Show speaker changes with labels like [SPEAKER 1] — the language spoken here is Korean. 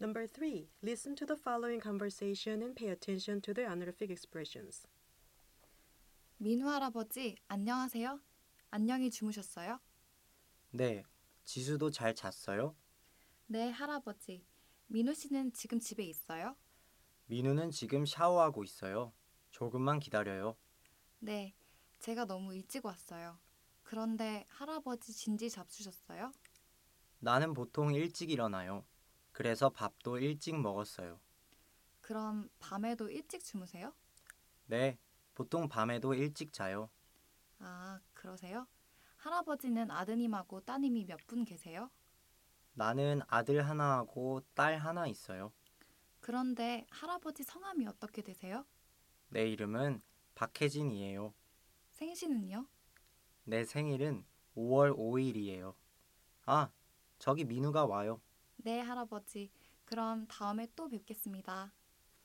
[SPEAKER 1] Number three, listen to the following conversation and pay attention to the honorific expressions.
[SPEAKER 2] 민우 할아버지, 안녕하세요? 안녕히 주무셨어요?
[SPEAKER 3] 네, 지수도 잘 잤어요?
[SPEAKER 2] 네, 할아버지. 민우 씨는 지금 집에 있어요?
[SPEAKER 3] 민우는 지금 샤워하고 있어요. 조금만 기다려요.
[SPEAKER 2] 네, 제가 너무 일찍 왔어요. 그런데 할아버지 진지 잡수셨어요?
[SPEAKER 3] 나는 보통 일찍 일어나요. 그래서 밥도 일찍 먹었어요.
[SPEAKER 2] 그럼 밤에도 일찍 주무세요?
[SPEAKER 3] 네, 보통 밤에도 일찍 자요.
[SPEAKER 2] 아, 그러세요? 할아버지는 아드님하고 따님이 몇 분 계세요?
[SPEAKER 3] 나는 아들 하나하고 딸 하나 있어요.
[SPEAKER 2] 그런데 할아버지 성함이 어떻게 되세요?
[SPEAKER 3] 내 이름은 박혜진이에요.
[SPEAKER 2] 생신은요?
[SPEAKER 3] 내 생일은 5월 5일이에요. 아, 저기 민우가 와요.
[SPEAKER 2] 네, 할아버지. 그럼 다음에 또 뵙겠습니다.